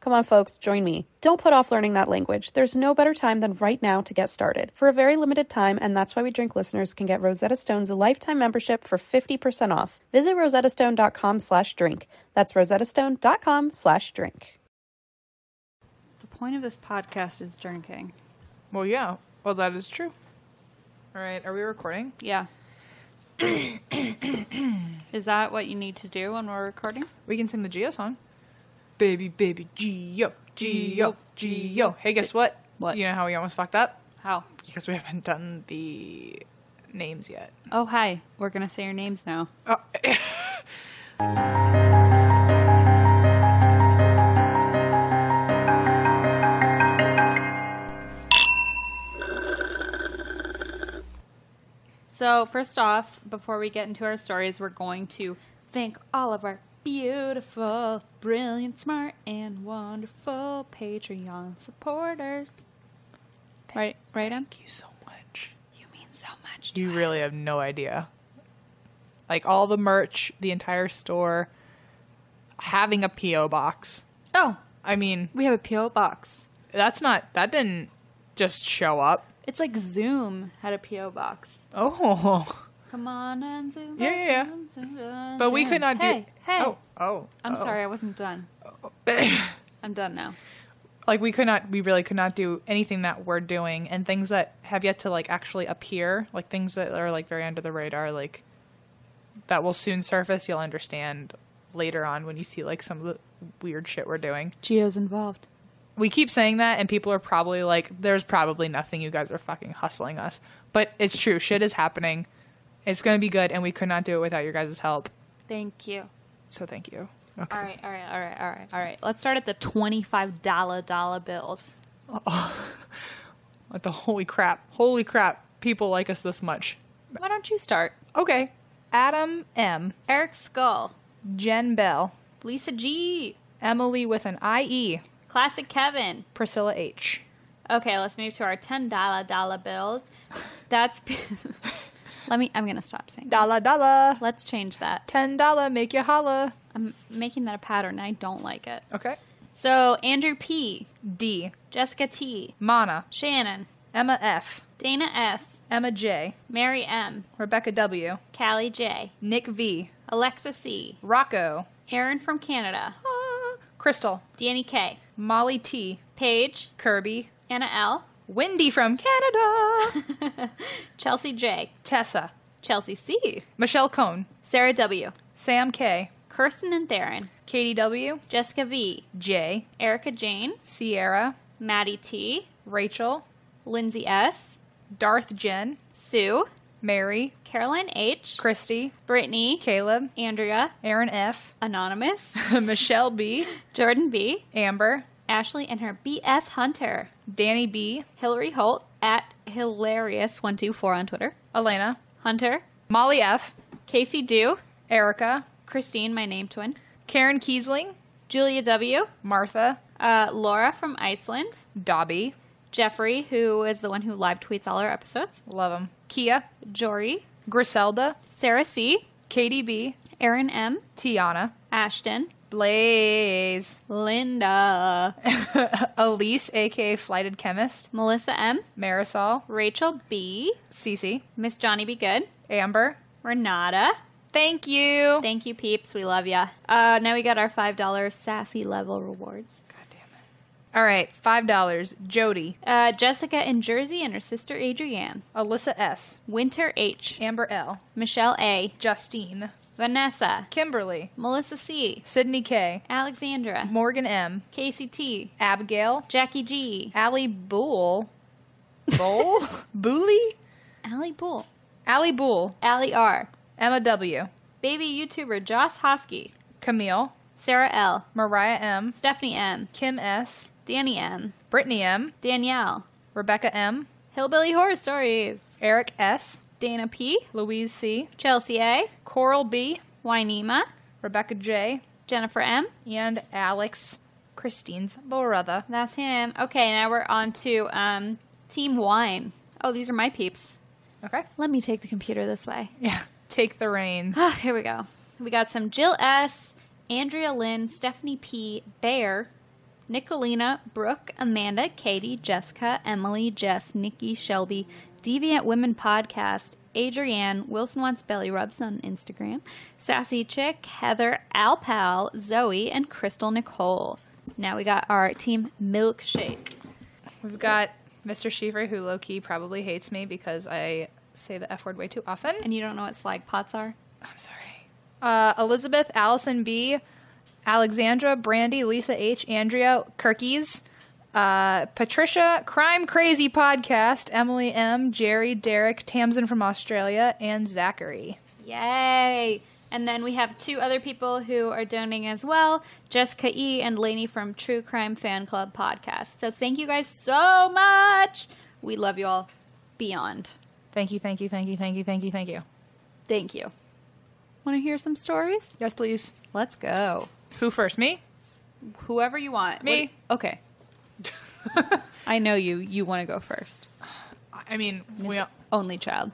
Come on, folks, join me. Don't put off learning that language. There's no better time than right now to get started. For a very limited time, and that's why we drink listeners can get Rosetta Stone's lifetime membership for 50% off. Visit rosettastone.com slash drink. That's rosettastone.com slash drink. The point of this podcast is drinking. Well, yeah. Well, that is true. All right. Are we recording? Yeah. is that what you need to do when we're recording? We can sing the Geo song. Baby, baby, Geo, Geo, Geo. Hey, guess what? What? You know how we almost fucked up? How? Because we haven't done the names yet. Oh, hi. We're going to say your names now. Oh. So, first off, before we get into our stories, we're going to thank all of our beautiful, brilliant, smart, and wonderful Patreon supporters. Right, right, Em? Thank you so much. You mean so much. to You us. really have no idea. Like all the merch, the entire store, having a P.O. box. Oh, I mean, we have a PO box. that's not, that didn't just show up. It's like Zoom had a PO box. Oh. Come on and Zoom. Yeah, yeah, yeah. Zoom, Zoom, Zoom, But we Zoom. could not do. Oh, Hey, hey. Oh, oh. I'm oh. sorry, I wasn't done. I'm done now. like we could not we really could not do anything that we're doing and things that have yet to like actually appear like things that are like very under the radar like that will soon surface you'll understand later on when you see like some of the weird shit we're doing Geo's involved. we keep saying that and people are probably like there's probably nothing you guys are fucking hustling us but it's true shit is happening it's going to be good and we could not do it without your guys' help Thank you. so thank you okay All right, all right, all right, all right, all right. Let's start at the twenty-five dollar dollar bills. what the holy crap holy crap people like us this much Why don't you start? okay adam m Eric Skull, Jen Bell, Lisa G, Emily with an IE, Classic Kevin. Priscilla H. Okay, let's move to our ten dollar dollar bills. That's. Let me. I'm gonna stop saying. That. Dala dala, Let's change that. ten dollar, make you holla. I'm making that a pattern. I don't like it. Okay. So Andrew P, D. Jessica T, Mana, Shannon, Emma F, Dana S, Emma J, Mary M, Rebecca W, Callie J, Nick V, Alexa C, Rocco, Aaron from Canada, ah, Crystal, Danny K, Molly T, Paige, Kirby, Anna L, Wendy from Canada, Chelsea J, Tessa, Chelsea C, Michelle Cohn, Sarah W, Sam K, Kirsten and Theron, Katie W, Jessica V, J, Erica Jane, Sierra, Maddie T, Rachel, Lindsay S, Darth Jen, Sue, Mary, Caroline H, Christy, Brittany, Caleb, Andrea, Aaron F, Anonymous, Michelle B, Jordan B, Amber, Ashley and her BF Hunter, Danny B, Hillary Holt at hilarious124 on Twitter, Elena, Hunter, Molly F, Casey Dew, Erica, Christine, my name twin, Karen Kiesling, Julia W, Martha, uh, Laura from Iceland, Dobby, Jeffrey, who is the one who live tweets all our episodes, love 'em, Kia, Jory, Griselda, Sarah C, Katie B, Aaron M, Tiana, Ashton, Blaze, Linda, Elise, aka Flighted Chemist, Melissa M, Marisol, Rachel B, Cece, Miss Johnny Be Good, Amber. Renata. Thank you. Thank you, peeps. We love ya. Uh, now we got our $5 sassy level rewards. God damn it. All right, five dollars. Jody, Uh, Jessica in Jersey and her sister Adrienne. Alyssa S, Winter H. Amber L, Michelle A. Justine, Vanessa. Kimberly, Melissa C. Sydney K, Alexandra. Morgan M, Casey T. Abigail, Jackie G. Allie Boole, Boole, Booley, Allie Bull. Allie Boole, Allie R. Emma W, Baby YouTuber Joss Hosky. Camille, Sarah L. Mariah M, Stephanie M. Kim S, Danny M. Brittany M, Danielle. Rebecca M, Hillbilly Horror Stories. Eric S, Dana P. Louise C, Chelsea A. Coral B, Wynema. Rebecca J, Jennifer M. and Alex Christine's brother. That's him. Okay, now we're on to um, Team Wine. Oh, these are my peeps. Okay. Let me take the computer this way. Yeah. Take the reins. Ah, here we go. We got some Jill S, Andrea Lynn, Stephanie P, Bear, Nicolina, Brooke, Amanda, Katie, Jessica, Emily, Jess, Nikki, Shelby, Deviant Women Podcast, Adrienne, Wilson Wants Belly Rubs on Instagram, Sassy Chick, Heather, Alpal, Zoe, and Crystal Nicole. Now we got our team Milkshake. We've got Mr. Shiver, who low key probably hates me because I say the F word way too often. And you don't know what slag pots are? I'm sorry. Uh, Elizabeth, Allison B, Alexandra, Brandy, Lisa H, Andrea, Kirkies, uh, Patricia, Crime Crazy Podcast, Emily M, Jerry, Derek, Tamsin from Australia, and Zachary. Yay! And then we have two other people who are donating as well Jessica E. and Lainey from True Crime Fan Club podcast. So thank you guys so much. We love you all beyond. Thank you, thank you, thank you, thank you, thank you, thank you. Thank you. Want to hear some stories? Yes, please. Let's go. Who first? Me? Whoever you want. Me. What- okay. I know you. You want to go first. I mean, we all, Only child.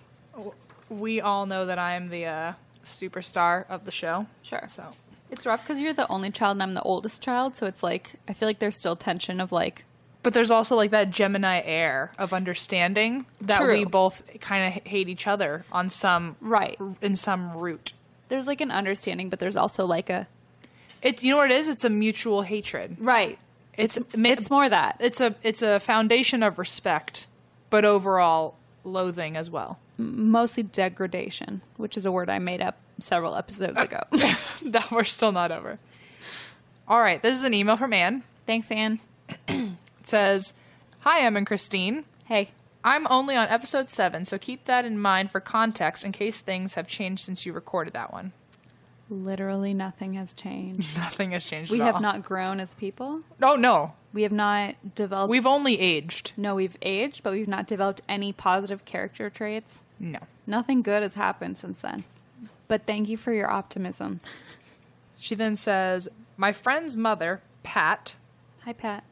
we all know that I'm the uh, superstar of the show. Sure. So It's rough because you're the only child and I'm the oldest child. So it's like, I feel like there's still tension of like, But there's also like that Gemini air of understanding that True. we both kind of hate each other on some Right. in some route. there's like an understanding, but there's also like a, It's you know what it is. It's a mutual hatred. right. It's it's, It's more that. it's a it's a foundation of respect, but overall loathing as well. mostly degradation, which is a word I made up several episodes ago. that we're still not over. All right, this is an email from Anne. Thanks, Anne. It says, "Hi, Em and Christine. Hey, I'm only on episode seven, so keep that in mind for context in case things have changed since you recorded that one. literally nothing has changed. Nothing has changed. We at have all. not grown as people. Oh no, We have not developed. We've only aged. no, we've aged, but we've not developed any positive character traits. No. Nothing good has happened since then. But thank you for your optimism. She then says, My friend's mother, Pat, Hi, Pat.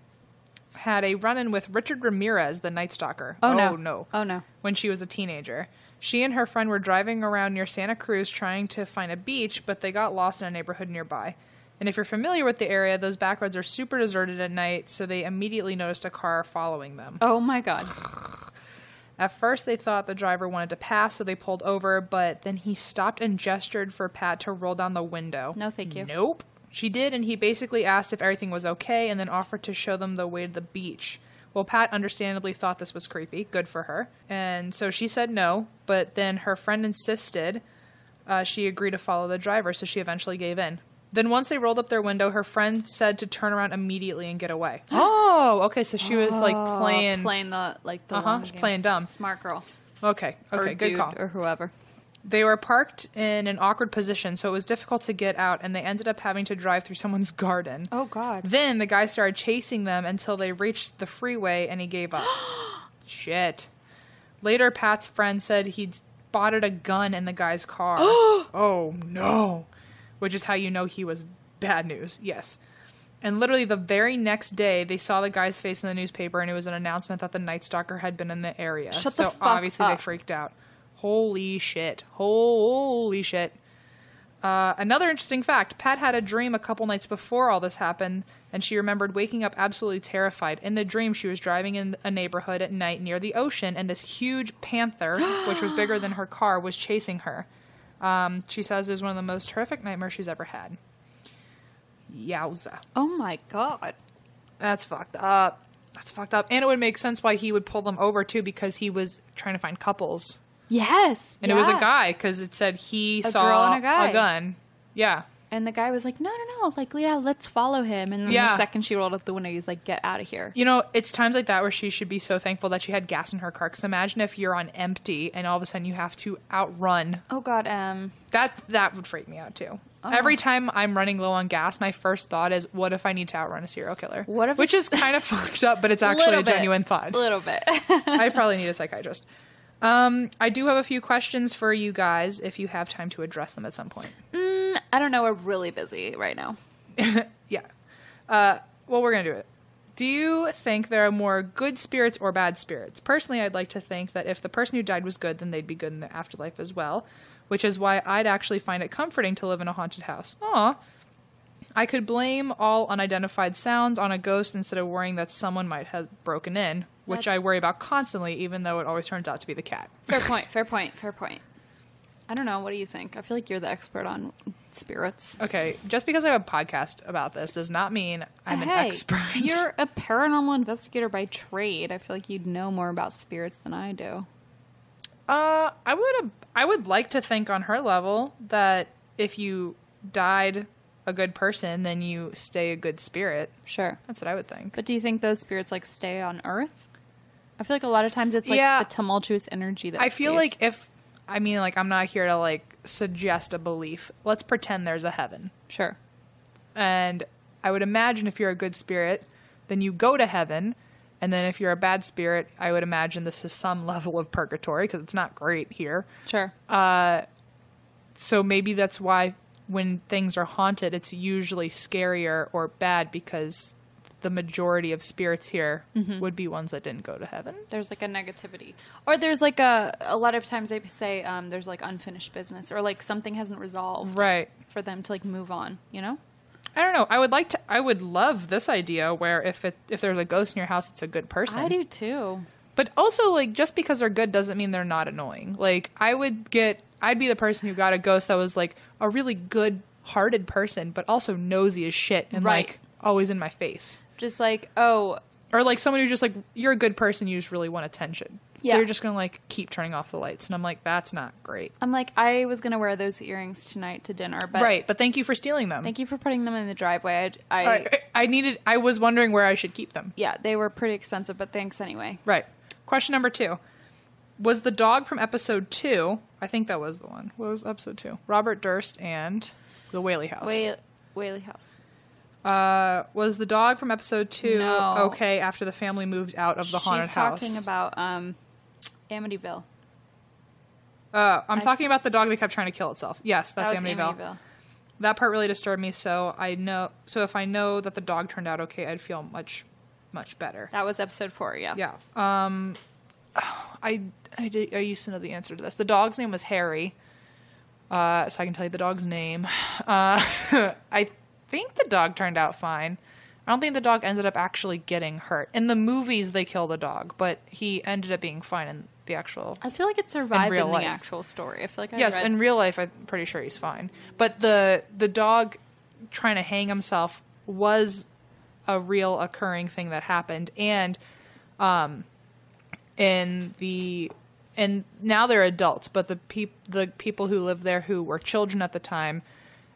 had a run in with Richard Ramirez, the Night Stalker. Oh, no. Oh, no. When she was a teenager. She and her friend were driving around near Santa Cruz trying to find a beach, but they got lost in a neighborhood nearby. And if you're familiar with the area, those back roads are super deserted at night, so they immediately noticed a car following them. Oh my God. At first, they thought the driver wanted to pass, so they pulled over, but then he stopped and gestured for Pat to roll down the window. No, thank you. Nope. She did, and he basically asked if everything was okay and then offered to show them the way to the beach. Well, Pat understandably thought this was creepy. Good for her. And so she said no, but then her friend insisted uh, she agreed to follow the driver, so she eventually gave in. Then, once they rolled up their window, her friend said to turn around immediately and get away. oh, okay. So she was like playing. playing the like the Uh-huh, long she's game. playing dumb. Smart girl. Okay. Or Okay. good dude call. Or whoever. They were parked in an awkward position, so it was difficult to get out, and they ended up having to drive through someone's garden. Oh God. Then the guy started chasing them until they reached the freeway and he gave up. Shit. Later, Pat's friend said he'd spotted a gun in the guy's car. oh no. Which is how you know he was bad news. Yes. And literally the very next day, they saw the guy's face in the newspaper, and it was an announcement that the Night Stalker had been in the area. Shut the so fuck obviously up. they freaked out. Holy shit. Holy shit. Uh, another interesting fact Pat had a dream a couple nights before all this happened, and she remembered waking up absolutely terrified. In the dream, she was driving in a neighborhood at night near the ocean, and this huge panther, which was bigger than her car, was chasing her. Um, she says it was one of the most horrific nightmares she's ever had. Yowza. Oh my God. That's fucked up. That's fucked up. And it would make sense why he would pull them over too because he was trying to find couples. Yes. And it was a yeah. guy because it said he A saw girl and a guy. gun. Yeah. And the guy was like, no, no, no. Like, yeah, let's follow him. And then Yeah. the second she rolled up the window, he's like, get out of here. You know, it's times like that where she should be so thankful that she had gas in her car. Because imagine if you're on empty and all of a sudden you have to outrun. Oh, God. Um, That that would freak me out too. Oh. Every time I'm running low on gas, my first thought is, "What if I need to outrun a serial killer?" What if Which it's- is kind of fucked up, but it's actually a little bit. genuine thought. A little bit. I probably need a psychiatrist. Um, I do have a few questions for you guys if you have time to address them at some point. I don't know. We're really busy right now. Yeah. Uh, well, we're going to do it. Do you think there are more good spirits or bad spirits? Personally, I'd like to think that if the person who died was good, then they'd be good in the afterlife as well, which is why I'd actually find it comforting to live in a haunted house. Aw. I could blame all unidentified sounds on a ghost instead of worrying that someone might have broken in, which That- I worry about constantly, even though it always turns out to be the cat. Fair point. Fair point. Fair point. I don't know. What do you think? I feel like you're the expert on spirits. Okay, just because I have a podcast about this does not mean I'm an Hey, expert. You're a paranormal investigator by trade. I feel like you'd know more about spirits than I do. Uh, I would I would like to think on her level that if you died a good person, then you stay a good spirit. Sure. That's what I would think. But do you think those spirits like stay on Earth? I feel like a lot of times it's like Yeah. the tumultuous energy that I feel stays. like if I mean like I'm not here to like suggest a belief. Let's pretend there's a heaven. sure. And I would imagine if you're a good spirit, then you go to heaven. And then if you're a bad spirit, I would imagine this is some level of purgatory because it's not great here. Sure. so maybe that's why when things are haunted it's usually scarier or bad because the majority of spirits here Mm-hmm. would be ones that didn't go to heaven there's like a negativity or there's like a a lot of times they say um, there's like unfinished business or like something hasn't resolved Right. for them to like move on you know i don't know i would like to i would love this idea where if it if there's a ghost in your house it's a good person i do too but also like just because they're good doesn't mean they're not annoying like i would get i'd be the person who got a ghost that was like a really good hearted person but also nosy as shit and Right. like always in my face just like oh or like someone who just like you're a good person you just really want attention Yeah. so you're just gonna like keep turning off the lights and i'm like that's not great i'm like i was gonna wear those earrings tonight to dinner but right but thank you for stealing them thank you for putting them in the driveway i, I I, I needed i was wondering where i should keep them yeah they were pretty expensive but thanks anyway right question number two was the dog from episode two i think that was the one what was episode two robert durst and the whaley house Whaley, Whaley house uh, was the dog from episode two No. okay after the family moved out of the haunted she's house talking about um amityville uh, i'm I- talking about the dog that kept trying to kill itself yes that's that was amityville. that part really disturbed me so i know so if i know that the dog turned out okay i'd feel much much better that was episode four yeah yeah um i i, did, I used to know the answer to this the dog's name was harry uh so i can tell you the dog's name uh i think the dog turned out fine i don't think the dog ended up actually getting hurt in the movies they kill the dog but he ended up being fine in the actual I feel like it survived in, real the life. actual story. I feel like I yes read in real life i'm pretty sure he's fine but the the dog trying to hang himself was a real occurring thing that happened and um in the and now they're adults but the peop- the people who lived there who were children at the time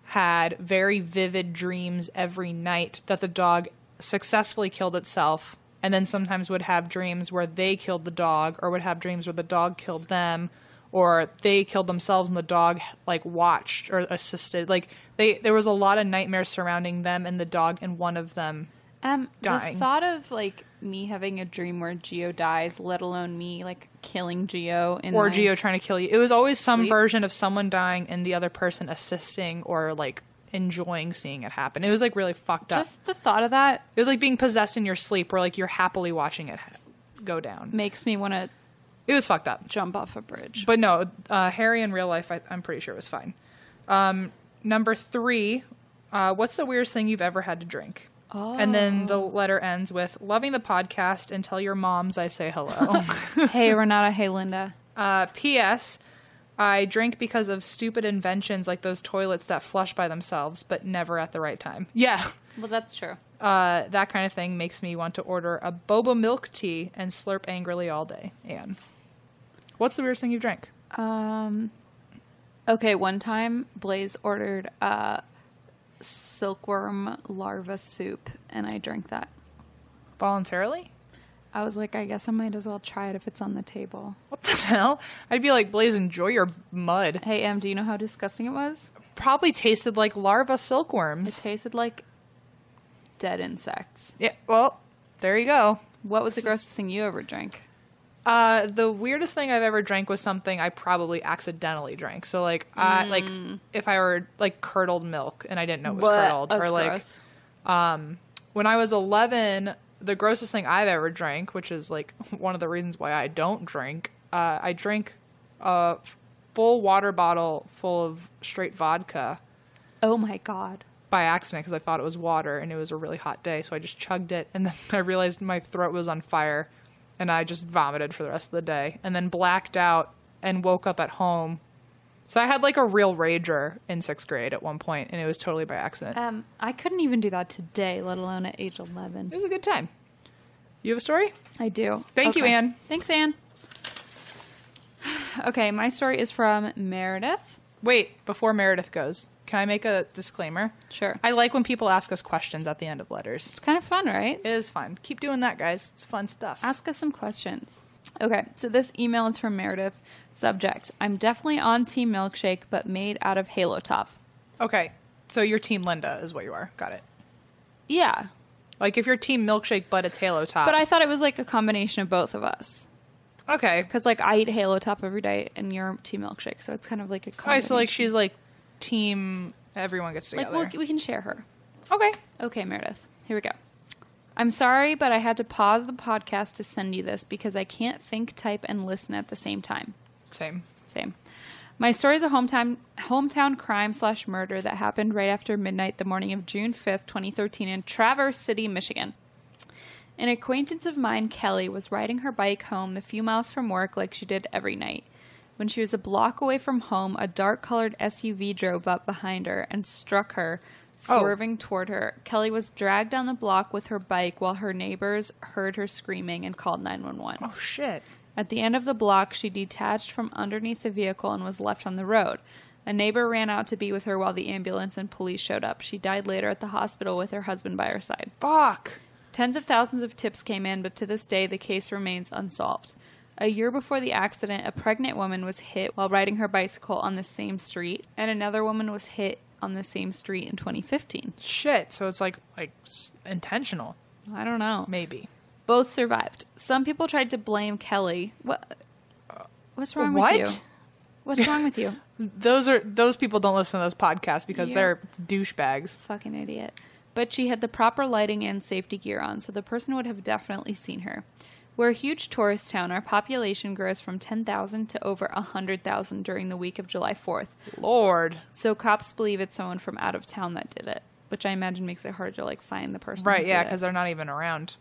had very vivid dreams every night that the dog successfully killed itself and then sometimes would have dreams where they killed the dog or would have dreams where the dog killed them or they killed themselves and the dog like watched or assisted like they there was a lot of nightmares surrounding them and the dog and one of them Um, dying. The thought of like me having a dream where Geo dies, let alone me like killing Geo in or my- Geo trying to kill you. It was always some Sleep. version of someone dying and the other person assisting or like enjoying seeing it happen. It was like really fucked up. Just the thought of that it was like being possessed in your sleep where like you're happily watching it ha- go down. makes me want to It was fucked up. jump off a bridge. But no, uh, Harry in real life, I, I'm pretty sure was fine. Um, number three, uh, what's the weirdest thing you've ever had to drink? And then Oh. the letter ends with loving the podcast and tell your moms I say hello. hey, Renata. Hey, Linda. Uh, P.S. I drink because of stupid inventions like those toilets that flush by themselves, but never at the right time. Yeah, Well, that's true. uh, that kind of thing makes me want to order a boba milk tea and slurp angrily all day. Anne, what's the weirdest thing you've drank? Okay, one time Blaze ordered uh, silkworm larva soup, and I drank that. Voluntarily? I was like, I guess I might as well try it if it's on the table. What the hell? I'd be like, Blaze, enjoy your mud. Hey, Em, do you know how disgusting it was? Probably tasted like larva It silkworms. tasted like dead insects. Yeah, well, there you go. What was the grossest thing you ever drank? Uh, the weirdest thing I've ever drank was something I probably accidentally drank. So like, I like if I were like curdled milk and I didn't know it was Bleh, curdled, that's or like gross. when I was eleven, the grossest thing I've ever drank, which is like one of the reasons why I don't drink, uh, I drank a full water bottle full of straight vodka Oh my god. by accident because I thought it was water and it was a really hot day, so I just chugged it and then I realized my throat was on fire and I just vomited for the rest of the day and then blacked out and woke up at home. So I had like a real rager in sixth grade at one point and it was totally by accident. Um, I couldn't even do that today, let alone at age It 11. was a good time. You have a story? I do. Thank you, Anne. Thanks, Anne. Okay, my story is from Meredith. Wait, before Meredith goes, can I make a disclaimer? Sure. I like when people ask us questions at the end of letters. It's kind of fun, right? It is fun. Keep doing that, guys. It's fun stuff. Ask us some questions. Okay, so this email is from Meredith. Subject I'm definitely on Team Milkshake, but made out of Halo Top. Okay. So your team Linda is what you are. Got it. Yeah, Like if you're team milkshake, but it's Halo Top. but I thought it was like a combination of both of us. I okay. Because, like, I eat Halo Top every day and you're Team Milkshake, so it's kind of like a All right, so like combination. she's like team. Everyone gets Like, together. we'll, we can share her. okay. Okay, Meredith, here we go. I'm sorry, but I had to pause the podcast to send you this because I can't think, type, and listen at the same time. Same. Same. My story is a hometown hometown crime slash murder that happened right after midnight the morning of June fifth, twenty thirteen, in Traverse City, Michigan. An acquaintance of mine, Kelly, was riding her bike home the few miles from work like she did every night. When she was a block away from home, a dark colored SUV drove up behind her and struck her, Oh. swerving toward her. Kelly was dragged down the block with her bike while her neighbors heard her screaming and called 911. Oh shit. At the end of the block, she detached from underneath the vehicle and was left on the road. A neighbor ran out to be with her while the ambulance and police showed up. She died later at the hospital with her husband by her side. Fuck. Tens of thousands of tips came in, but to this day, the case remains unsolved. A year before the accident, a pregnant woman was hit while riding her bicycle on the same street, and another woman was hit on the same street in 2015. Shit. So it's like like s- intentional, I don't know. maybe. Both survived. Some people tried to blame Kelly. What? What's wrong What? with you? What's wrong with you? Those are those people don't listen to this podcast because Yeah. they're douchebags. Fucking idiot. But she had the proper lighting and safety gear on, so the person would have definitely seen her. We're a huge tourist town. Our population grows from 10,000 to over 100,000 during the week of July 4th. Lord. So cops believe it's someone from out of town that did it, which I imagine makes it hard to like find the person. who Right. Yeah. did it. Because they're not even around.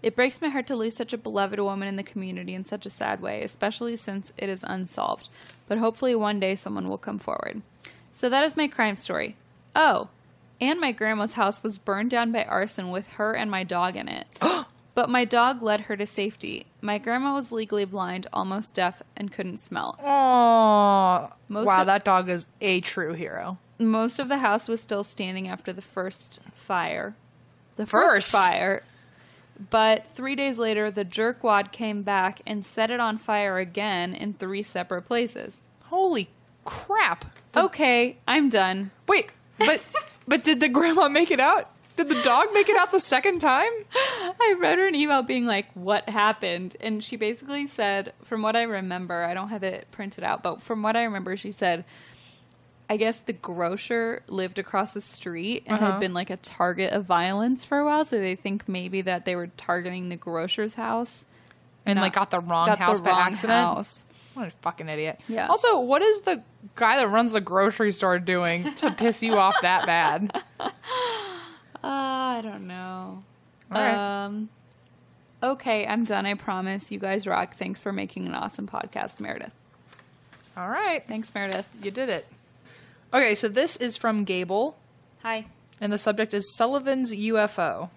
It breaks my heart to lose such a beloved woman in the community in such a sad way, especially since it is unsolved. But hopefully one day someone will come forward. So that is my crime story. Oh, and my grandma's house was burned down by arson with her and my dog in it. but my dog led her to safety. My grandma was legally blind, almost deaf, and couldn't smell. Oh. Most wow. of- that dog is a true hero. Most of the house was still standing after the first fire. The first, First? fire. But three days later, the jerkwad came back and set it on fire again in three separate places. Holy crap. okay, I'm done. Wait. But but did the grandma make it out? Did the dog make it out the second time? I wrote her an email being like, What happened? And she basically said, From what I remember, I don't have it printed out, but from what I remember, she said, I guess the grocer lived across the street and Uh-huh. had been like a target of violence for a while. So they think maybe that they were targeting the grocer's house. and Not- like got the wrong got the house by wrong accident. house. What a fucking idiot. Yeah. Also, what is the guy that runs the grocery store doing to piss you off that bad? Uh, I don't know. All right. Um, okay, I'm done. I promise. You guys rock. Thanks for making an awesome podcast, Meredith. All right. Thanks, Meredith. You did it. Okay, so this is from Gable. Hi. and the subject is Sullivan's UFO.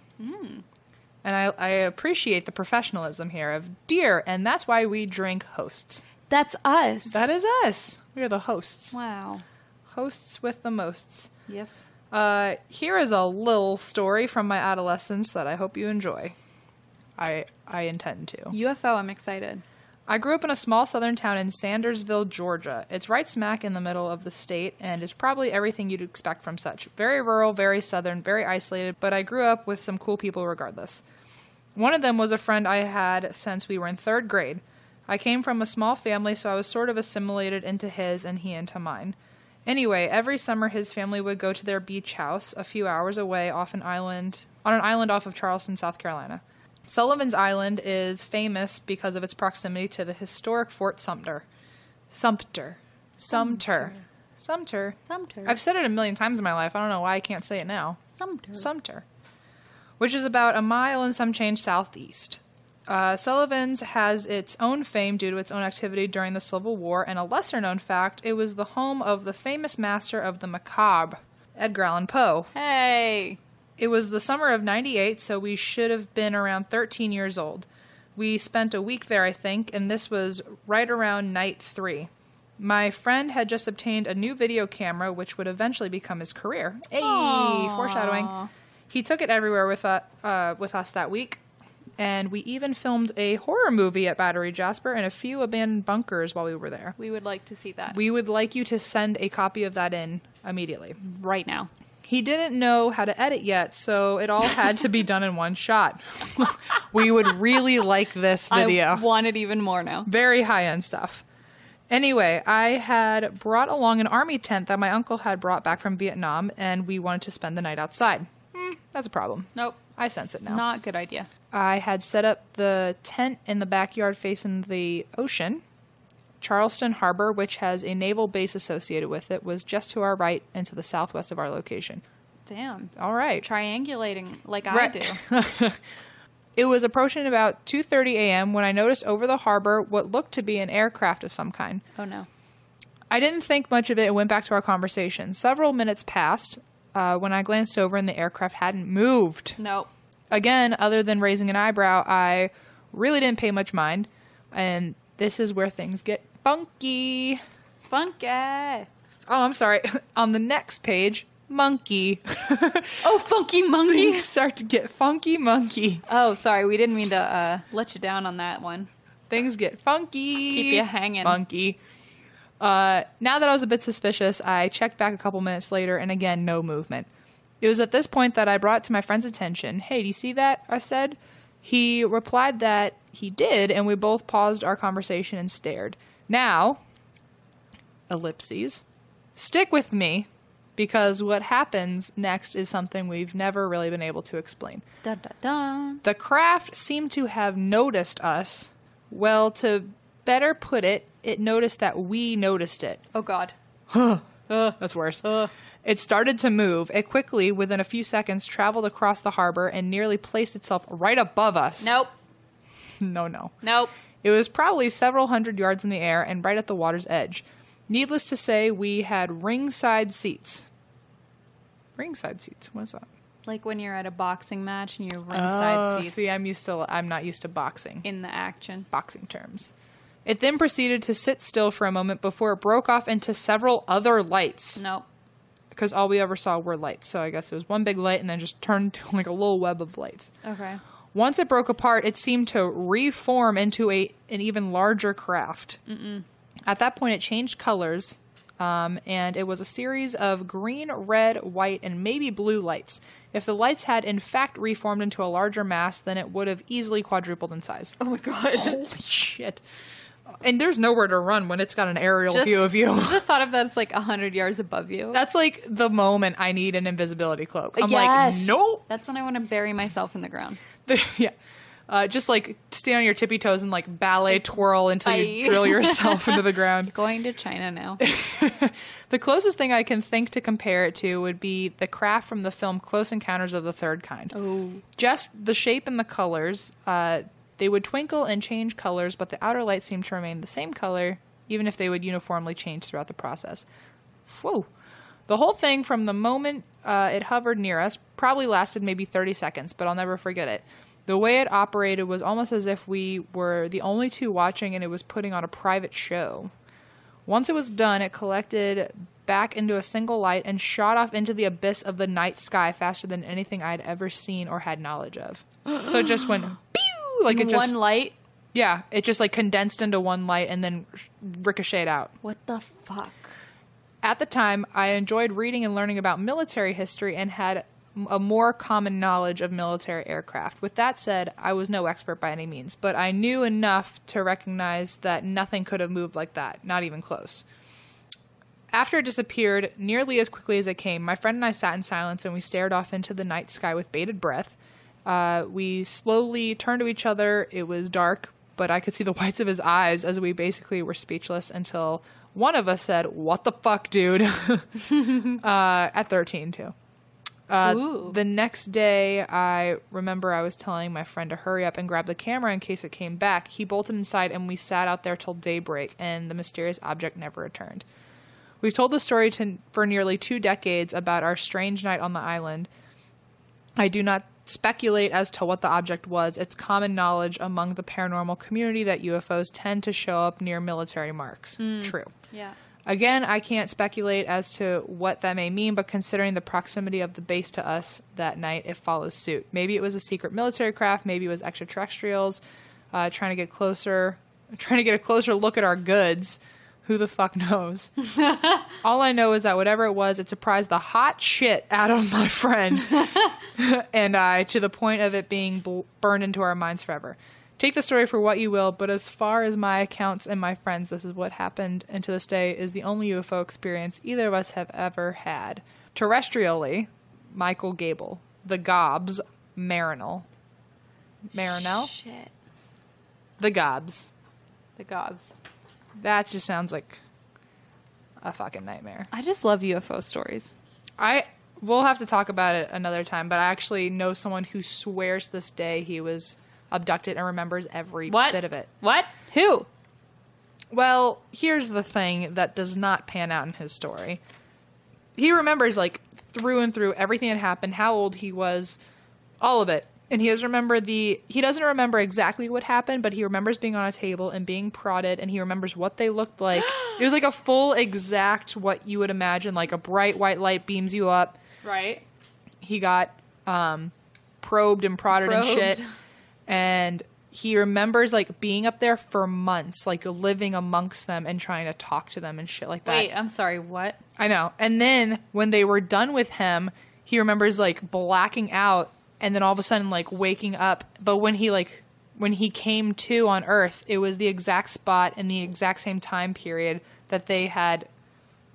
And I, I appreciate the professionalism here of dear, and that's why we drink hosts. That's us. That is us. We are the hosts. Wow. Hosts with the mosts. Yes. Uh, here is a little story from my adolescence that I hope you enjoy. I I intend to. UFO, I'm excited. I grew up in a small southern town in Sandersville, Georgia. It's right smack in the middle of the state and is probably everything you'd expect from such. Very rural, very southern, very isolated, but I grew up with some cool people regardless. One of them was a friend I had since we were in third grade. I came from a small family, so I was sort of assimilated into his and he into mine. Anyway, every summer his family would go to their beach house a few hours away off an island on an island off of Charleston, South Carolina. Sullivan's Island is famous because of its proximity to the historic Fort Sumter. Sumter. Sumter. Sumter. Sumter. I've said it a million times in my life. I don't know why I can't say it now. Sumter. Sumter, which is about a mile and some change southeast. Uh, Sullivan's has its own fame due to its own activity during the Civil War, and a lesser known fact, it was the home of the famous master of the macabre, Edgar Allan Poe. hey. It was the summer of 98, so we should have been around 13 years old. We spent a week there, I think, and this was right around night three. My friend had just obtained a new video camera, which would eventually become his career. Hey, foreshadowing. He took it everywhere with, uh, uh, with us that week, and we even filmed a horror movie at Battery Jasper and a few abandoned bunkers while we were there. We would like to see that We would like you to send a copy of that in immediately. right now. He didn't know how to edit yet, so it all had to be done in one shot. we would really like this video. I want it even more now. Very high end stuff. Anyway, I had brought along an army tent that my uncle had brought back from Vietnam, and we wanted to spend the night outside. Hmm, that's a problem. Nope. I sense it now. Not good idea. I had set up the tent in the backyard facing the ocean. Charleston Harbor, which has a naval base associated with it, was just to our right and to the southwest of our location. Damn. All right. Triangulating like Right. I do. It was approaching about 2:30 a.m. when I noticed over the harbor what looked to be an aircraft of some kind. Oh no. I didn't think much of it and went back to our conversation. Several minutes passed uh, when I glanced over and the aircraft hadn't moved. Nope. Again, other than raising an eyebrow, I really didn't pay much mind. And this is where things get funky. Funky. Oh, Oh, I'm sorry. On the next page, monkey. Oh, funky monkey. Things start to get funky, monkey. oh, sorry. We didn't mean to uh, let you down on that one. Things get funky. Keep you hanging. Funky. Uh, now that I was a bit suspicious, I checked back a couple minutes later, and again, no movement. It was at this point that I brought to my friend's attention, "Hey, do you see that?" I said. He replied that he did, and we both paused our conversation and stared. Now, ellipses. Stick with me, because what happens next is something we've never really been able to explain. Dun, dun, dun. The craft seemed to have noticed us. Well, to better put it, it noticed that we noticed it. Oh God. Ugh, Uh, that's worse. It started to move. It quickly, within a few seconds, traveled across the harbor and nearly placed itself right above us. Nope. No, no. Nope. It was probably several hundred yards in the air and right at the water's edge. Needless to say, we had ringside seats. Ringside seats? What's that? Like when you're at a boxing match and you're ringside Oh, seats see, I'm used to. I'm not used to boxing. in the action. boxing terms. It then proceeded to sit still for a moment before it broke off into several other lights. Nope. Because all we ever saw were lights, so I guess it was one big light and then just turned to like a little web of lights. Okay. Once it broke apart, it seemed to reform into a an even larger craft. At that point, it changed colors, um, and it was a series of green, red, white, and maybe blue lights. If the lights had in fact reformed into a larger mass, then it would have easily quadrupled in size. Oh my God. Holy shit. And there's nowhere to run when it's got an aerial Just view of you. the thought of that is like hundred yards above you. That's like the moment I need an invisibility cloak. I'm Yes. like, nope. That's when I want to bury myself in the ground. yeah. Uh, just like stay on your tippy toes and like ballet twirl until you Bye. drill yourself into the ground. Going to China now. The closest thing I can think to compare it to would be the craft from the film Close Encounters of the Third Kind. Oh. Just the shape and the colors. Uh, they would twinkle and change colors, but the outer light seemed to remain the same color, even if they would uniformly change throughout the process. Whoa. The whole thing from the moment uh, it hovered near us, probably lasted maybe 30 seconds, but I'll never forget it. The way it operated was almost as if we were the only two watching and it was putting on a private show. Once it was done, it collected back into a single light and shot off into the abyss of the night sky faster than anything I'd ever seen or had knowledge of. so it just went pew! Like it just One light. yeah, it just like condensed into one light and then sh- ricocheted out. What the fuck? At the time, I enjoyed reading and learning about military history and had m- a more common knowledge of military aircraft. With that said, I was no expert by any means, but I knew enough to recognize that nothing could have moved like that, not even close. After it disappeared, nearly as quickly as it came, my friend and I sat in silence and we stared off into the night sky with bated breath. Uh, we slowly turned to each other. It was dark, but I could see the whites of his eyes as we basically were speechless until one of us said, What the fuck, dude? uh, at 13, too. Uh, Ooh. the next day, I remember I was telling my friend to hurry up and grab the camera in case it came back. He bolted inside, and we sat out there till daybreak, and the mysterious object never returned. We've told the story to, for nearly two decades about our strange night on the island. I do not speculate as to what the object was. It's common knowledge among the paranormal community that UFOs tend to show up near military marks. True. Yeah. Again, I can't speculate as to what that may mean, but considering the proximity of the base to us that night, it follows suit. Maybe it was a secret military craft, maybe it was extraterrestrials uh, trying to get closer, trying to get a closer look at our goods. Who the fuck knows? All I know is that whatever it was, it surprised the hot shit out of my friend and I to the point of it being bl- burned into our minds forever. Take the story for what you will, but as far as my accounts and my friends, this is what happened, and to this day is the only UFO experience either of us have ever had. Terrestrially, Michael Gable, the Gobs, Marinel. Marinel? Shit. The Gobs. The gobs. That just sounds like a fucking nightmare. I just love UFO stories. I we'll have to talk about it another time, but I actually know someone who swears to this day he was abducted and remembers every What? bit of it. What? Who? Well, here's the thing that does not pan out in his story. He remembers like through and through everything that happened, how old he was, all of it. And he does remember the he doesn't remember exactly what happened, but he remembers being on a table and being prodded and he remembers what they looked like. it was like a full exact what you would imagine, like a bright white light beams you up Right. he got um, probed and prodded and shit. Probed. And he remembers like being up there for months, like living amongst them and trying to talk to them and shit like that. Wait, uh I'm sorry. What? I know. And then when they were done with him, he remembers like blacking out and then all of a sudden like waking up. But when he like when he came to on Earth, it was the exact spot and the exact same time period that they had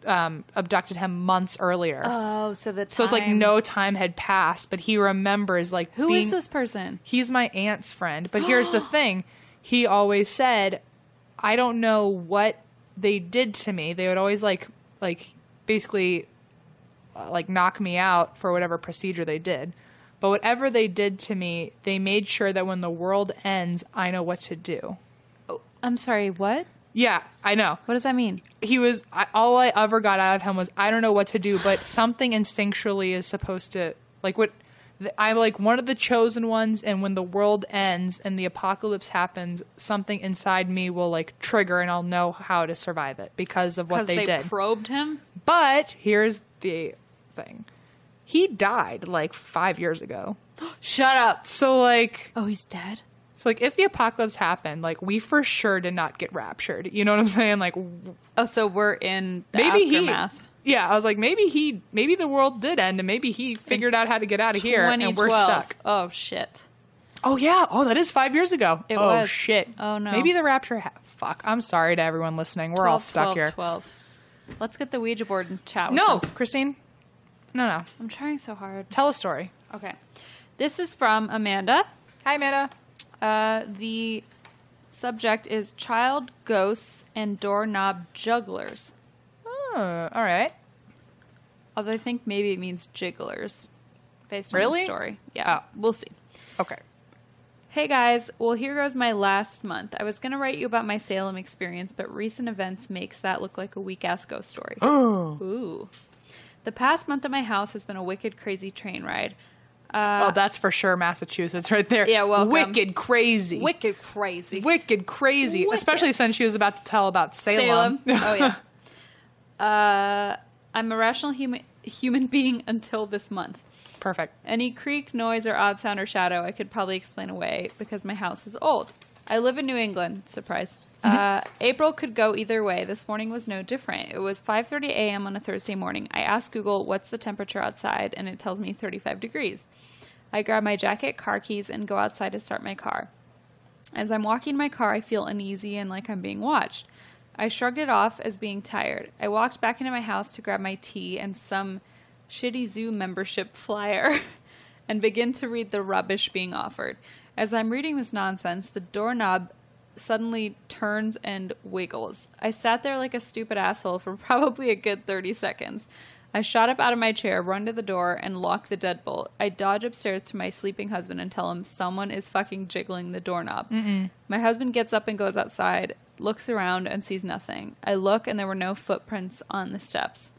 um, abducted him months earlier. Oh, so the time. So it's like no time had passed, but he remembers like Who is being, this person? He's my aunt's friend. But here's the thing: he always said, "I don't know what they did to me." They would always like like basically uh, like knock me out for whatever procedure they did. But whatever they did to me, they made sure that when the world ends, I know what to do. I'm sorry. What? Yeah, I know What does that mean? he was I, all I ever got out of him was I don't know what to do, but something instinctually is supposed to like what th- I'm like one of the chosen ones, and when the world ends and the apocalypse happens, something inside me will like trigger, and I'll know how to survive it because of what Because they, did. probed him. but here's the thing: he died like five years ago. Shut up. So like, Oh, he's dead. so like, if the apocalypse happened, like we for sure did not get raptured. You know what I'm saying? Like, Oh, so we're in the maybe aftermath. he yeah i was like maybe he maybe the world did end and maybe he figured out how to get out of here and we're 2012. stuck Oh shit. oh yeah oh that is five years ago It oh was. shit Oh, no. maybe the rapture ha- fuck i'm sorry to everyone listening we're all 12, stuck 12, here 12. Let's get the Ouija board and chat. With no them. christine no no I'm trying so hard. tell a story Okay. This is from Amanda. hi amanda Uh, the subject is child ghosts and doorknob jugglers. oh all right Although I think maybe it means jigglers based on Really? the story. Yeah. Oh. We'll see. okay Hey guys, well here goes my last month. I was gonna write you about my Salem experience, but recent events makes that look like a weak ass ghost story. Ooh. The past month at my house has been a wicked crazy train ride. oh, that's for sure Massachusetts right there. Uh, Yeah, welcome. wicked crazy. Wicked crazy. wicked crazy. Wicked. Especially since she was about to tell about Salem. Oh yeah. uh, I'm a rational human human being until this month. Perfect. Any creak, noise, or odd sound or shadow, I could probably explain away because my house is old. I live in New England. Surprise. Mm-hmm. Uh, April could go either way. This morning was no different. It was 5:30 a.m. on a Thursday morning. I asked Google, "What's the temperature outside?" and it tells me 35 degrees. I grab my jacket, car keys, and go outside to start my car. As I'm walking in my car, I feel uneasy and like I'm being watched. I shrugged it off as being tired. I walked back into my house to grab my tea and some shitty zoo membership flyer and begin to read the rubbish being offered. As I'm reading this nonsense, the doorknob suddenly turns and wiggles. I sat there like a stupid asshole for probably a good 30 seconds. I shot up out of my chair, run to the door, and lock the deadbolt. I dodge upstairs to my sleeping husband and tell him someone is fucking jiggling the doorknob. My husband gets up and goes outside, looks around, and sees nothing. I look, and there were no footprints on the steps.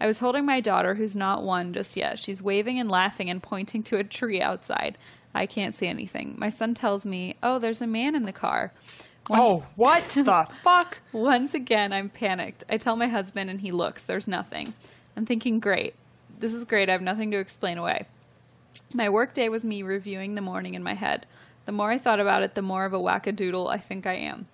I was holding my daughter, who's not one just yet. She's waving and laughing and pointing to a tree outside. I can't see anything. My son tells me, Oh, there's a man in the car. Once- Oh, what the fuck? once again, I'm panicked. I tell my husband, and he looks. There's nothing. I'm thinking, great. This is great. I have nothing to explain away. My work day was me reviewing the morning in my head. The more I thought about it, the more of a wackadoodle I think I am.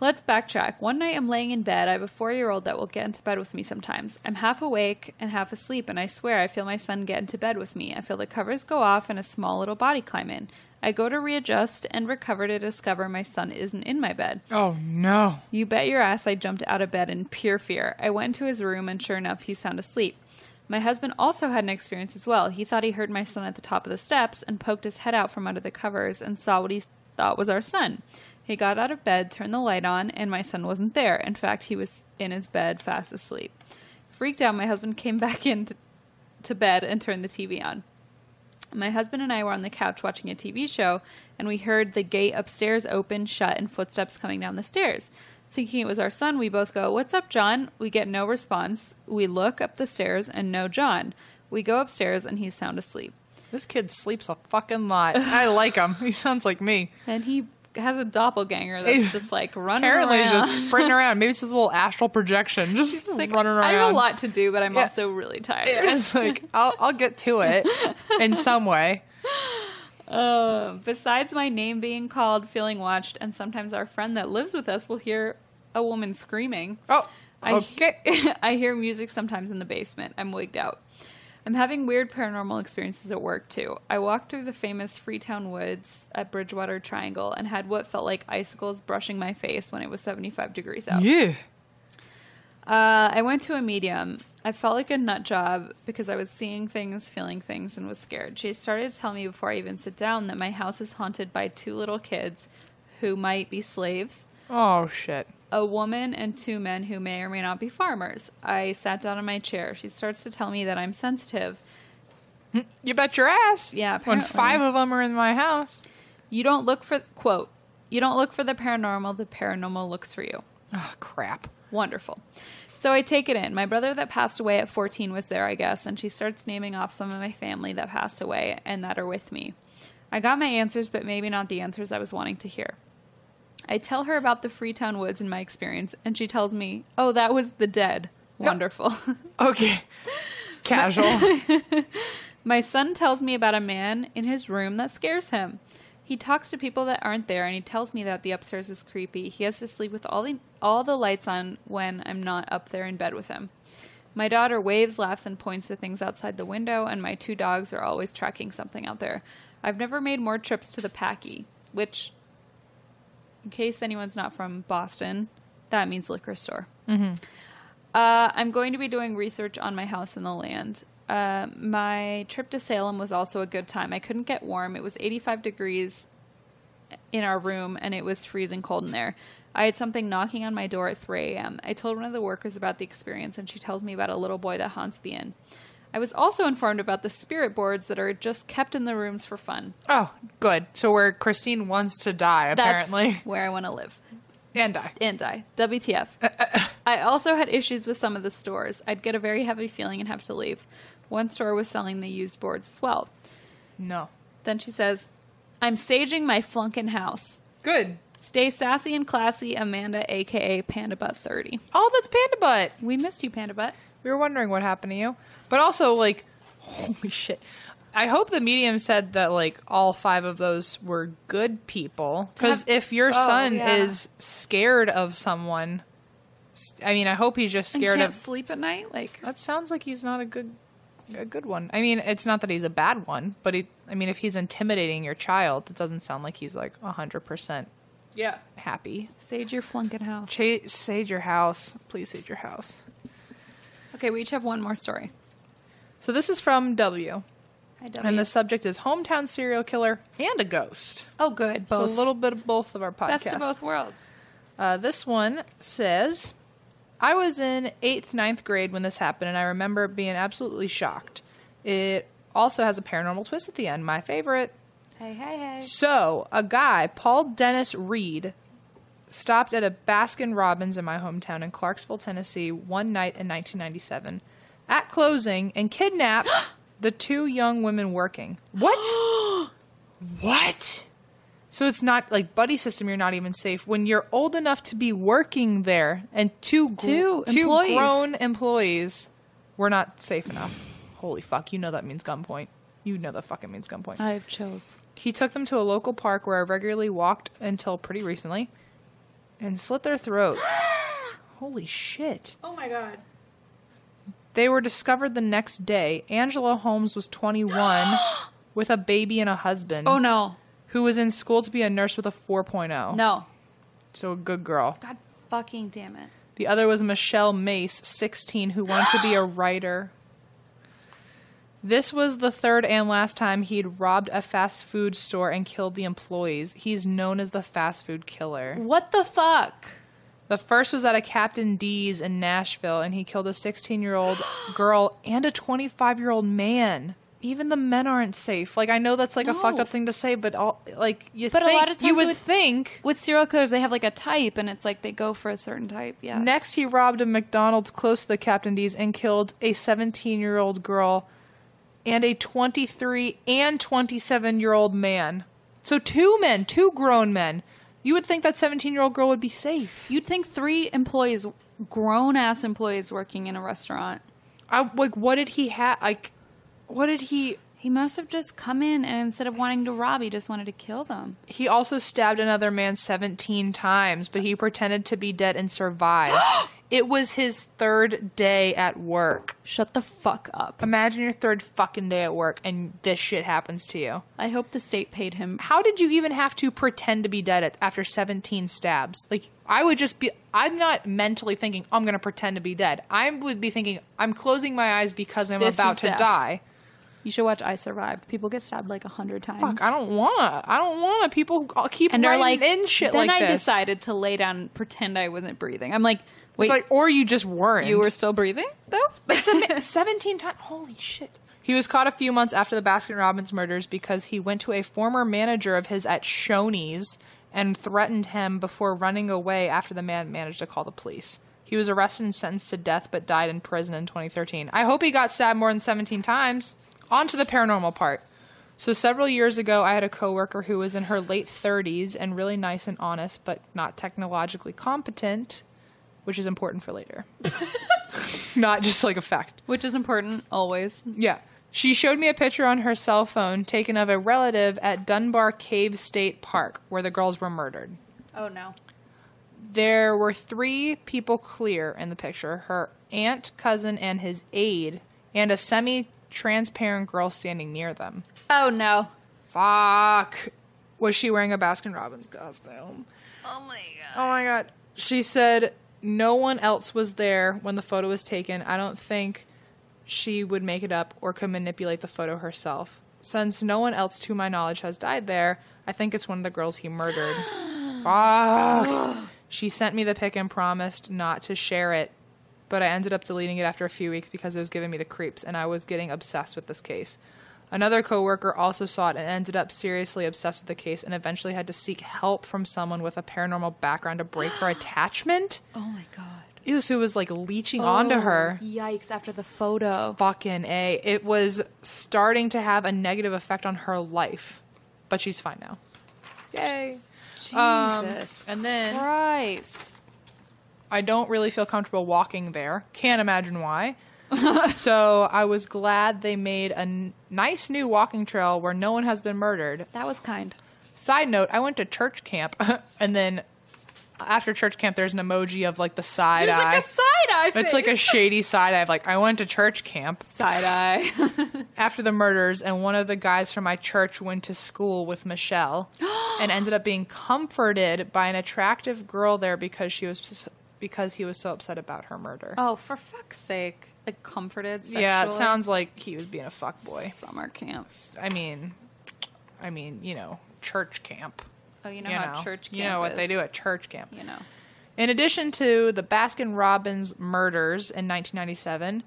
Let's backtrack. One night I'm laying in bed. I have a four year old that will get into bed with me sometimes. I'm half awake and half asleep, and I swear I feel my son get into bed with me. I feel the covers go off and a small little body climb in. I go to readjust and recover to discover my son isn't in my bed. Oh no. You bet your ass I jumped out of bed in pure fear. I went to his room, and sure enough, he's sound asleep. My husband also had an experience as well. He thought he heard my son at the top of the steps and poked his head out from under the covers and saw what he thought was our son. He got out of bed, turned the light on, and my son wasn't there. In fact, he was in his bed fast asleep. Freaked out, my husband came back in to, to bed and turned the TV on. My husband and I were on the couch watching a TV show, and we heard the gate upstairs open, shut, and footsteps coming down the stairs. Thinking it was our son, we both go, What's up, John? We get no response. We look up the stairs and no John. We go upstairs, and he's sound asleep. This kid sleeps a fucking lot. I like him. He sounds like me. And he has a doppelganger that's He's- just like running Apparently, around. he's just sprinting around. Maybe it's his little astral projection. Just, It's like, running around. I have a lot to do, but I'm Yeah. also really tired. It's like I'll I'll get to it in some way. Um, besides my name being called, feeling watched, and sometimes our friend that lives with us will hear a woman screaming. Oh, I, okay. I hear music sometimes in the basement. I'm wigged out. I'm having weird paranormal experiences at work too. I walked through the famous Freetown Woods at Bridgewater Triangle and had what felt like icicles brushing my face when it was 75 degrees out. Yeah. Uh, I went to a medium. I felt like a nut job because I was seeing things, feeling things, and was scared. She started to tell me before I even sit down that my house is haunted by two little kids who might be slaves, Oh shit. a woman, and two men who may or may not be farmers. I sat down in my chair. She starts to tell me that I'm sensitive. You bet your ass. Yeah, When apparently. five of them are in my house. You don't look for, quote, you don't look for the paranormal, the paranormal looks for you. Oh crap. Wonderful. So I take it in. My brother that passed away at 14 was there, I guess, and she starts naming off some of my family that passed away and that are with me. I got my answers, but maybe not the answers I was wanting to hear. I tell her about the Freetown Woods and my experience, and she tells me, Oh, that was the dead. Wonderful. Okay. Casual. My son tells me about a man in his room that scares him. He talks to people that aren't there, and he tells me that the upstairs is creepy. He has to sleep with all the all the lights on when I'm not up there in bed with him. My daughter waves, laughs, and points to things outside the window, and my two dogs are always tracking something out there. I've never made more trips to the Packy, which, in case anyone's not from Boston, that means liquor store. Uh, I'm going to be doing research on my house and the land. Uh, my trip to Salem was also a good time. I couldn't get warm. It was 85 degrees in our room, and it was freezing cold in there. I had something knocking on my door at 3 a.m. I told one of the workers about the experience, and she tells me about a little boy that haunts the inn. I was also informed about the spirit boards that are just kept in the rooms for fun. oh, good. So where Christine wants to die, apparently, That's where I want to live and die. and die. WTF. I also had issues with some of the stores. I'd get a very heavy feeling and have to leave. One store was selling the used boards as well. No. Then she says, I'm saging my flunkin' house. Good. Stay sassy and classy, Amanda, aka Panda Butt 30. Oh, that's Panda Butt. We missed you, Panda Butt. We were wondering what happened to you. But also, like, holy shit. I hope the medium said that, like, all five of those were good people. Because have- if your son yeah. is scared of someone, s- I mean, I hope he's just And scared can't of. sleep at night? Like, That sounds like he's not a good. A good one. I mean, it's not that he's a bad one, but he, I mean, if he's intimidating your child, it doesn't sound like he's like hundred percent yeah. happy. Sage your flunkin' house. Ch- sage your house, please. Sage your house. okay, we each have one more story. So this is from W. I don't And the subject is hometown serial killer and a ghost. Oh, good. So Both. a little bit of both of our podcasts. Best of both worlds. Uh, this one says, I was in eighth, ninth grade when this happened, and I remember being absolutely shocked. It also has a paranormal twist at the end, my favorite. Hey, hey, hey. So, a guy, Paul Dennis Reed, stopped at a Baskin Robbins in my hometown in Clarksville, Tennessee, one night in 1997 at closing and kidnapped the two young women working. What? what? So, it's not like buddy system, you're not even safe. When you're old enough to be working there and two, gr- Two two employees. grown employees were not safe enough. Holy fuck, you know that means gunpoint. You know that fucking means gunpoint. I have chills. He took them to a local park where I regularly walked until pretty recently and slit their throats. Holy shit. Oh my god. They were discovered the next day. Angela Holmes was 21 with a baby and a husband Oh no. who was in school to be a nurse with a 4.0. No. So a good girl. God fucking damn it. The other was Michelle Mace, 16, who wanted to be a writer. This was the third and last time he'd robbed a fast food store and killed the employees. He's known as the fast food killer. What the fuck? The first was at a Captain D's in Nashville, and he killed a 16 year old girl and a 25 year old man. Even the men aren't safe. Like I know that's like a No. fucked up thing to say, but all like you But a think lot of you times would with- think With serial killers, they have like a type, and it's like they go for a certain type. Yeah. Next, he robbed a McDonald's close to the Captain D's and killed a 17 year old girl and a 23 and 27 year old man. So, two men, two grown men. You would think that 17 year old girl would be safe. You'd think three employees, grown ass employees, working in a restaurant. I, like, what did he have? Like, what did he. He must have just come in and instead of wanting to rob, he just wanted to kill them. He also stabbed another man 17 times, but he pretended to be dead and survived. it was his third day at work. Shut the fuck up. Imagine your third fucking day at work and this shit happens to you. I hope the state paid him. how did you even have to pretend to be dead at, after 17 stabs? Like, I would just be, I'm not mentally thinking, I'm going to pretend to be dead. I would be thinking, I'm closing my eyes because I'm This about is to death. die. You should watch I Survived. People get stabbed like a hundred times. Fuck, I don't want to. I don't want to. People uh, keep And they're writing like, in shit then like I this. decided to lay down and pretend I wasn't breathing. I'm like, wait, It's like, or you just weren't. you were still breathing though? It's ama- 17 times. Holy shit. He was caught a few months after the Baskin Robbins murders because he went to a former manager of his at Shoney's and threatened him before running away after the man managed to call the police. He was arrested and sentenced to death but died in prison in 2013. I hope he got stabbed more than 17 times. On to the paranormal part. So several years ago, I had a coworker who was in her late 30s and really nice and honest, but not technologically competent, which is important for later. not just like a fact. Which is important always. Yeah. She showed me a picture on her cell phone taken of a relative at Dunbar Cave State Park where the girls were murdered. Oh no. There were three people clear in the picture her aunt, cousin, and his aide, and a semi transparent girl standing near them. Oh no. Fuck. Was she wearing a Baskin Robbins costume? Oh my god. Oh my god. She said no one else was there when the photo was taken. I don't think she would make it up or could manipulate the photo herself. Since no one else, to my knowledge, has died there, I think it's one of the girls he murdered. Fuck. she sent me the pic and promised not to share it, but I ended up deleting it after a few weeks because it was giving me the creeps and I was getting obsessed with this case. Another coworker also saw it and ended up seriously obsessed with the case and eventually had to seek help from someone with a paranormal background to break her attachment. Oh my god. Oh Usu was like leeching onto her. Yikes! After the photo, Fucking A. It was starting to have a negative effect on her life. But she's fine now. Yay. Jesus Um, and then Christ! I don't really feel comfortable walking there. Can't imagine why. so I was glad they made a n- nice new walking trail where no one has been murdered. That was kind. Side note, I went to church camp and then after church camp there's an emoji of like the side There's eye. like a side eye. it's like a shady side eye of like I went to church camp side eye. after the murders and one of the guys from my church went to school with Michelle and ended up being comforted by an attractive girl there because she was because he was so upset about her murder. oh, for fuck's sake! Like comforted. Sexually. Yeah, it sounds like he was being a fuck boy. summer camp. I mean, I mean, you know, church camp. Oh, you You know know, how church camp. you know what is. they do at church camp. You know. In addition to the Baskin Robbins murders in 1997,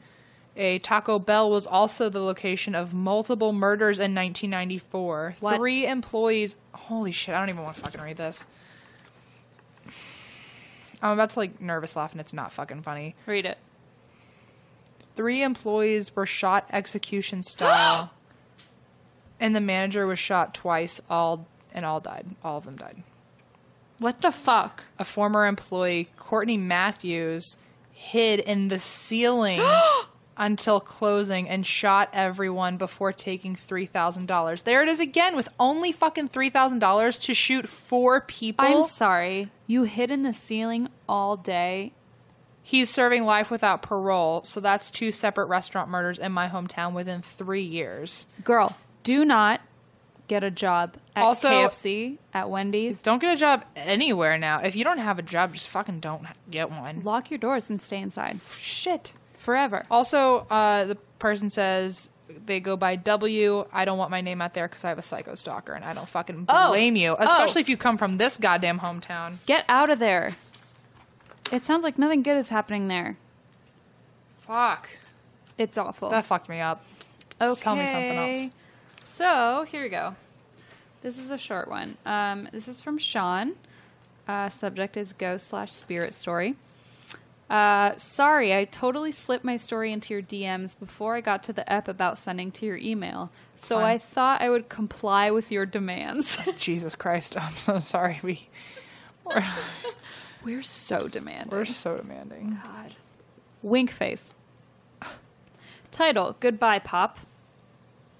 a Taco Bell was also the location of multiple murders in 1994. What? Three employees. Holy shit! I don't even want to fucking read this. I'm about to like nervous laugh, and it's not fucking funny. Read it. Three employees were shot execution style, and the manager was shot twice. All and all died. All of them died. What the fuck? A former employee, Courtney Matthews, hid in the ceiling until closing and shot everyone before taking three thousand dollars. There it is again, with only fucking three thousand dollars to shoot four people. I'm sorry. You hid in the ceiling all day. He's serving life without parole, so that's two separate restaurant murders in my hometown within three years. Girl, do not get a job at Also- KFC, at Wendy's. Don't get a job anywhere now. If you don't have a job, just fucking don't get one. Lock your doors and stay inside Shit. forever. Also, uh, the person says they go by W. I don't want my name out there because I have a psycho stalker, and I don't fucking Oh. blame you, Oh. especially if you come from this goddamn hometown. Get out of there. It sounds like nothing good is happening there. Fuck. It's awful. That fucked me up. okay. Tell me something else. So here we go. This is a short one. Um, this is from Sean. Uh, subject is ghost slash spirit story. Uh, sorry, I totally slipped my story into your DMs before I got to the ep about sending to your email. So fine. I thought I would comply with your demands. Jesus Christ. I'm so sorry. We We're so demanding. we're so demanding. God. Wink face. Title Goodbye, Pop.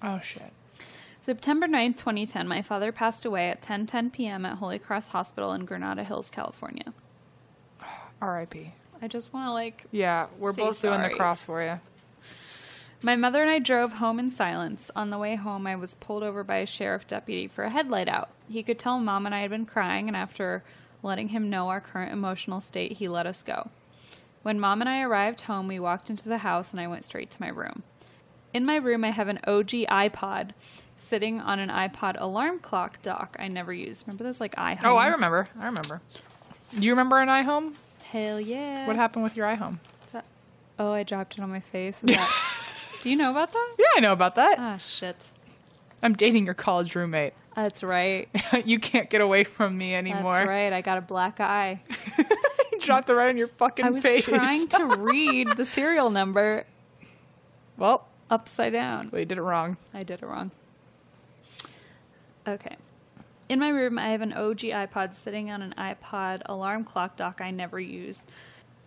Oh shit. September 9th, 2010, my father passed away at 10:10 p.m. at Holy Cross Hospital in Granada Hills, California. R.I.P. I just want to like Yeah, we're Say both doing sorry. the cross for you. My mother and I drove home in silence. On the way home, I was pulled over by a sheriff deputy for a headlight out. He could tell mom and I had been crying, and after letting him know our current emotional state, he let us go. When mom and I arrived home, we walked into the house and I went straight to my room. In my room, I have an OG iPod sitting on an iPod alarm clock dock I never use. Remember those like iHomes? Oh, I remember. I remember. You remember an iHome? Hell yeah. What happened with your iHome? happened? Oh, I dropped it on my face. Is that- Do you know about that? Yeah, I know about that. Ah, shit. I'm dating your college roommate. That's right. you can't get away from me anymore. That's right. I got a black eye. You dropped it right on your fucking I was face. trying to read the serial number Well, upside down. we did it wrong. I did it wrong. Okay. In my room, I have an OG iPod sitting on an iPod alarm clock dock I never use.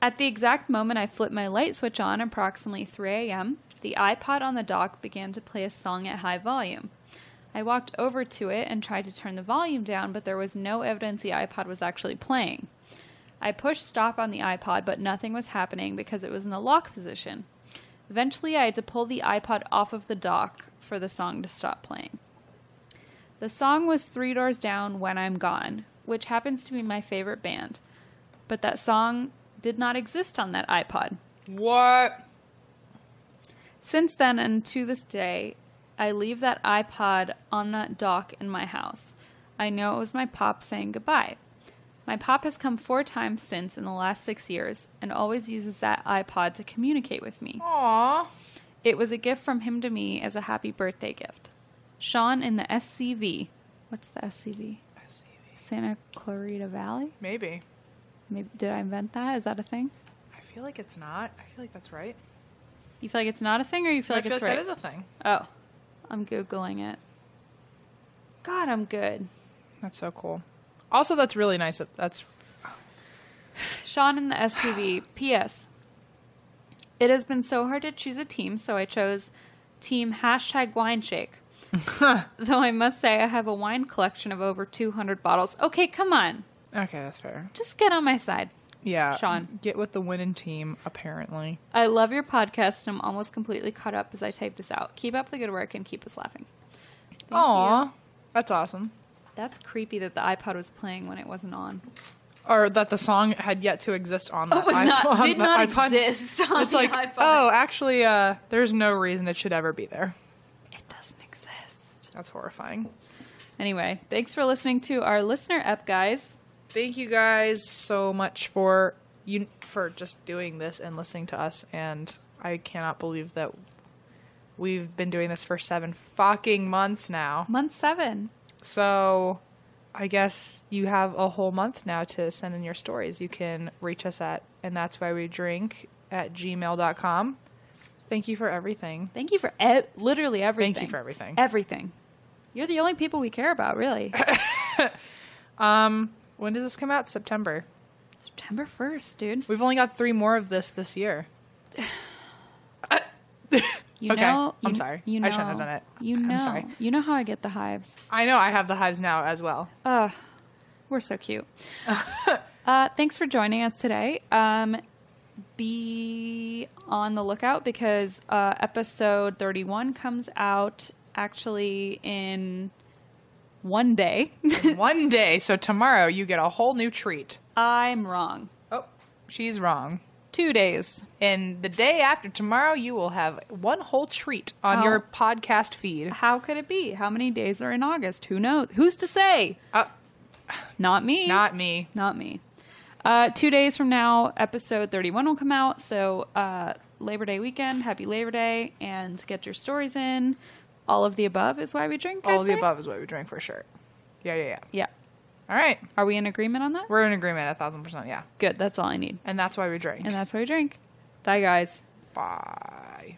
At the exact moment I flipped my light switch on, approximately 3 a.m., the iPod on the dock began to play a song at high volume. I walked over to it and tried to turn the volume down, but there was no evidence the iPod was actually playing. I pushed stop on the iPod, but nothing was happening because it was in the lock position. Eventually, I had to pull the iPod off of the dock for the song to stop playing. The song was Three Doors Down When I'm Gone, which happens to be my favorite band, but that song did not exist on that iPod. What? Since then and to this day, I leave that iPod on that dock in my house. I know it was my pop saying goodbye. My pop has come four times since in the last six years and always uses that iPod to communicate with me. Aw. It was a gift from him to me as a happy birthday gift. Sean in the SCV. What's the SCV? Santa Clarita Valley? Maybe. Maybe, did I invent that? Is that a thing? I feel like it's not. I feel like that's right. You feel like it's not a thing, or you feel I like feel it's like right? that is a thing. oh, I'm googling it. God, I'm good. That's so cool. Also, that's really nice. That that's Sean and the SUV. P.S. It has been so hard to choose a team, so I chose team hashtag wine shake. Though I must say, I have a wine collection of over 200 bottles. Okay, come on. okay. That's fair. Just get on my side. Yeah, Sean. get with the winning team. Apparently, I love your podcast, and I'm almost completely caught up as I type this out. Keep up the good work and keep us laughing. Thank you. Aw, that's awesome. That's creepy that the iPod was playing when it wasn't on. Or that the song had yet to exist on the Oh, It was iP- not, on did the not iPod. exist on It's the like, iPod. oh, actually, uh, there's no reason it should ever be there. it doesn't exist. That's horrifying. Anyway, thanks for listening to our listener app, guys. Thank you guys so much for you for just doing this and listening to us. And I cannot believe that we've been doing this for seven fucking months now. Month seven. So I guess you have a whole month now to send in your stories. You can reach us at and that's why we drink at gmail.com. Thank you for everything. Thank you for e- literally everything. Thank you for everything. Everything. You're the only people we care about, really. When does this come out? September. September 1st, dude. We've only got three more of this this year. You Okay, know, I'm you- sorry. You know, I shouldn't have done it. You I'm know, sorry. you know how I get the hives. I know I have the hives now as well. Ugh, we're so cute. uh, thanks for joining us today. Um, be on the lookout because uh, episode 31 comes out actually in one day. One day, so tomorrow you get a whole new treat. I'm wrong. Oh, she's wrong. Two days. And the day after tomorrow, you will have one whole treat on Oh. your podcast feed. How could it be? How many days are in August? Who knows? Who's to say? Uh, Not me. not me. Not me. Uh, two days from now, episode 31 will come out. So, uh, Labor Day weekend, happy Labor Day, and get your stories in. All of the above is why we drink. All I'd of the say. above is what we drink for sure. Yeah, yeah, yeah. Yeah. All right. Are we in agreement on that? We're in agreement a thousand percent. Yeah. Good. That's all I need. And that's why we drink. And that's why we drink. Bye, guys. Bye.